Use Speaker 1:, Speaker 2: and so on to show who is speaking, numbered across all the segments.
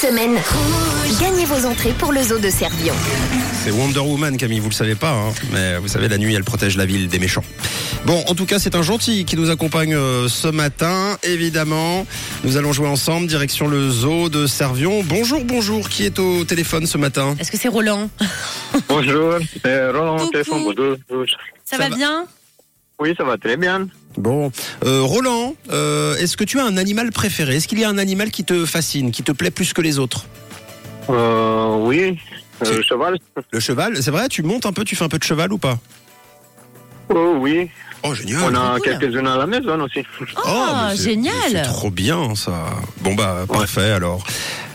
Speaker 1: semaine, gagnez vos entrées pour le zoo de Servion.
Speaker 2: C'est Wonder Woman, Camille, vous le savez pas, hein, mais vous savez, la nuit, elle protège la ville des méchants. Bon, en tout cas, c'est un gentil qui nous accompagne euh, ce matin, évidemment. Nous allons jouer ensemble, direction le zoo de Servion. Bonjour, bonjour, qui est au téléphone ce matin
Speaker 3: Est-ce que c'est Roland
Speaker 4: Bonjour, c'est Roland,
Speaker 3: Coucou.
Speaker 4: téléphone bonjour.
Speaker 2: Ça
Speaker 3: Ça, va,
Speaker 2: va.
Speaker 3: bien
Speaker 4: Oui, ça va très bien.
Speaker 2: Bon, euh, Roland, euh, est-ce que tu as un animal préféré Est-ce qu'il y a un animal qui te fascine, qui te plaît plus que les autres
Speaker 4: Euh, oui, euh,
Speaker 2: C'est-
Speaker 4: cheval.
Speaker 2: Le cheval, c'est vrai Tu montes un peu, tu fais un peu de cheval ou pas
Speaker 4: Oh oui,
Speaker 2: Oh, génial
Speaker 4: on a
Speaker 3: cool.
Speaker 4: quelques-unes à la maison aussi.
Speaker 3: Oh,
Speaker 2: Ah, mais c'est- mais C'est
Speaker 3: génial
Speaker 2: trop bien ça. Bon bah parfait alors.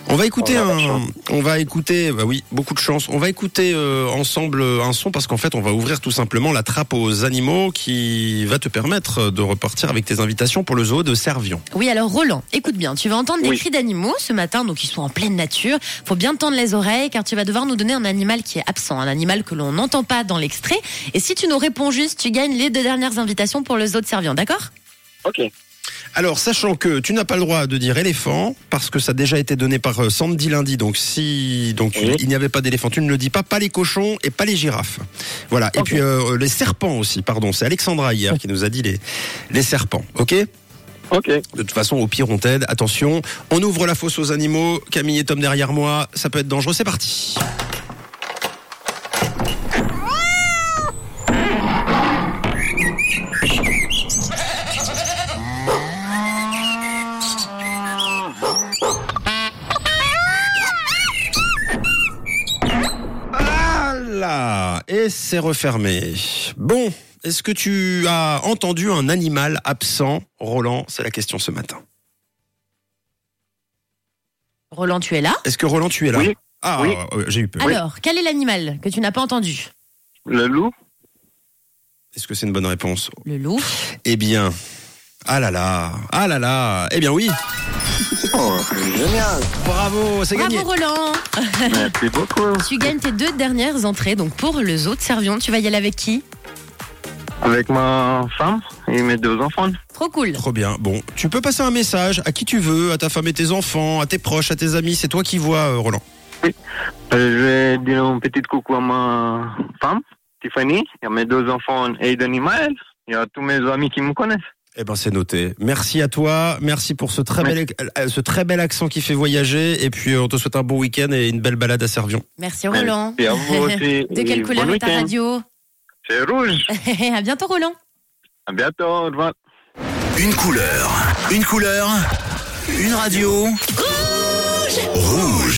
Speaker 2: On va écouter
Speaker 4: On a la
Speaker 2: un,
Speaker 4: chance.
Speaker 2: on va écouter, bah oui, beaucoup de chance. On va écouter euh, ensemble un son parce qu'en fait on va ouvrir tout simplement la trappe aux animaux qui va te permettre de repartir avec tes invitations pour le zoo de Servion.
Speaker 3: Oui, alors Roland, écoute bien, tu vas entendre des
Speaker 4: Oui.
Speaker 3: cris d'animaux ce matin, donc ils sont en pleine nature. Faut bien tendre les oreilles car tu vas devoir nous donner un animal qui est absent, un animal que l'on n'entend pas dans l'extrait. Et si tu nous réponds juste, tu gagnes les deux dernières invitations pour le zoo de Servian, d'accord
Speaker 4: Ok.
Speaker 2: Alors sachant que tu n'as pas le droit de dire éléphant parce que ça a déjà été donné par euh, Sandy lundi, donc si donc tu-
Speaker 4: Oui.
Speaker 2: il n'y avait pas d'éléphant, tu ne le dis pas, pas les cochons et pas les girafes. Voilà. Et
Speaker 3: Ok.
Speaker 2: puis euh, les serpents aussi, pardon, c'est Alexandra hier qui nous a dit les les serpents, ok
Speaker 4: Ok,
Speaker 2: De toute façon, au pire, on t'aide. Attention, on ouvre la fosse aux animaux. Camille et Tom derrière moi, ça peut être dangereux. C'est parti. Voilà. Ah Et c'est refermé. Bon, est-ce que tu as entendu un animal absent Roland, c'est la question ce matin.
Speaker 3: Roland, tu es là
Speaker 2: Est-ce que Roland, tu es là
Speaker 4: Oui.
Speaker 2: Ah,
Speaker 4: Oui.
Speaker 2: euh, j'ai eu peur.
Speaker 3: Alors, quel est l'animal que tu n'as pas entendu
Speaker 4: le loup.
Speaker 2: Est-ce que c'est une bonne réponse
Speaker 3: Le loup.
Speaker 2: Eh bien, ah là là, ah là là, eh bien oui,
Speaker 4: Oh, génial.
Speaker 2: bravo, c'est
Speaker 3: Bravo
Speaker 2: gagné.
Speaker 3: Roland
Speaker 4: Merci beaucoup.
Speaker 3: Tu gagnes tes deux dernières entrées, donc pour le zoo de Servion, tu vas y aller avec qui
Speaker 4: Avec ma femme et mes deux enfants.
Speaker 3: Trop cool
Speaker 2: Trop bien. Bon, tu peux passer un message à qui tu veux, à ta femme et tes enfants, à tes proches, à tes amis. C'est toi qui vois, euh, Roland.
Speaker 4: Euh, Je vais dire un petit coucou à ma femme, Tiffany, et à mes deux enfants, Aiden et Maël, et à tous mes amis qui me connaissent.
Speaker 2: Eh ben, c'est noté. Merci à toi. Merci pour ce très,
Speaker 4: Ouais.
Speaker 2: bel, euh, ce très bel accent qui fait voyager. Et puis, euh, on te souhaite un bon week-end et une belle balade à Servion.
Speaker 3: Merci Roland
Speaker 4: Et à vous aussi.
Speaker 3: De quelle
Speaker 4: et
Speaker 3: couleur
Speaker 4: bon
Speaker 3: est ta
Speaker 4: week-end.
Speaker 3: radio
Speaker 4: C'est rouge.
Speaker 3: À bientôt Roland
Speaker 4: À bientôt. Au revoir.
Speaker 5: Une couleur, une couleur, une radio. Rouge.